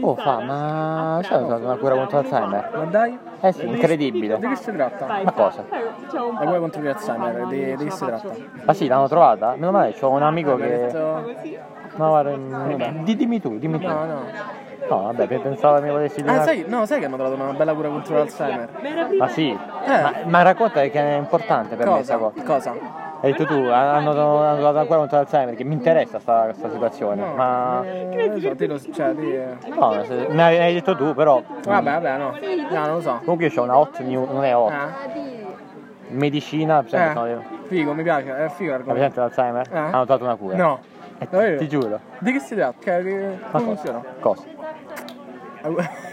Oh, fa, ma sai ho usato una cura contro Alzheimer? Ma dai, Eh sì, incredibile. di che si tratta? Ma cosa? La cura contro l'Alzheimer, di, di che si tratta? Ma sì, l'hanno trovata? Meno male, c'ho un amico Mi ha che... detto... No, guarda, mm, di- dimmi tu, dimmi tu. No, No, no. vabbè, pe- pensavo mi volessi dire... Ah, una- sai, no, sai che hanno trovato una bella cura contro l'Alzheimer? Ma sì, ma, ma racconta che è importante per me questa Eh. Cosa? cosa. Cosa? Hai detto tu, hanno hanno trovato ancora contro l'Alzheimer, che mi interessa sta, sta situazione, No. ma... Eh, non so, te lo... Cioè, ti... No, se- me l'hai hai detto tu, però... Vabbè, vabbè, no. No, non lo so. Comunque io ho una hot news, non è hot, Eh, medicina, sempre sono... eh, figo, mi piace, è figo Ma l'argomento. presente l'Alzheimer? Eh. Hanno trovato una cura. No, Eh, ti- davvero? ti giuro. Di che si tratta? Che- che- Ma Come cosa? funziona? Cosa? La cu-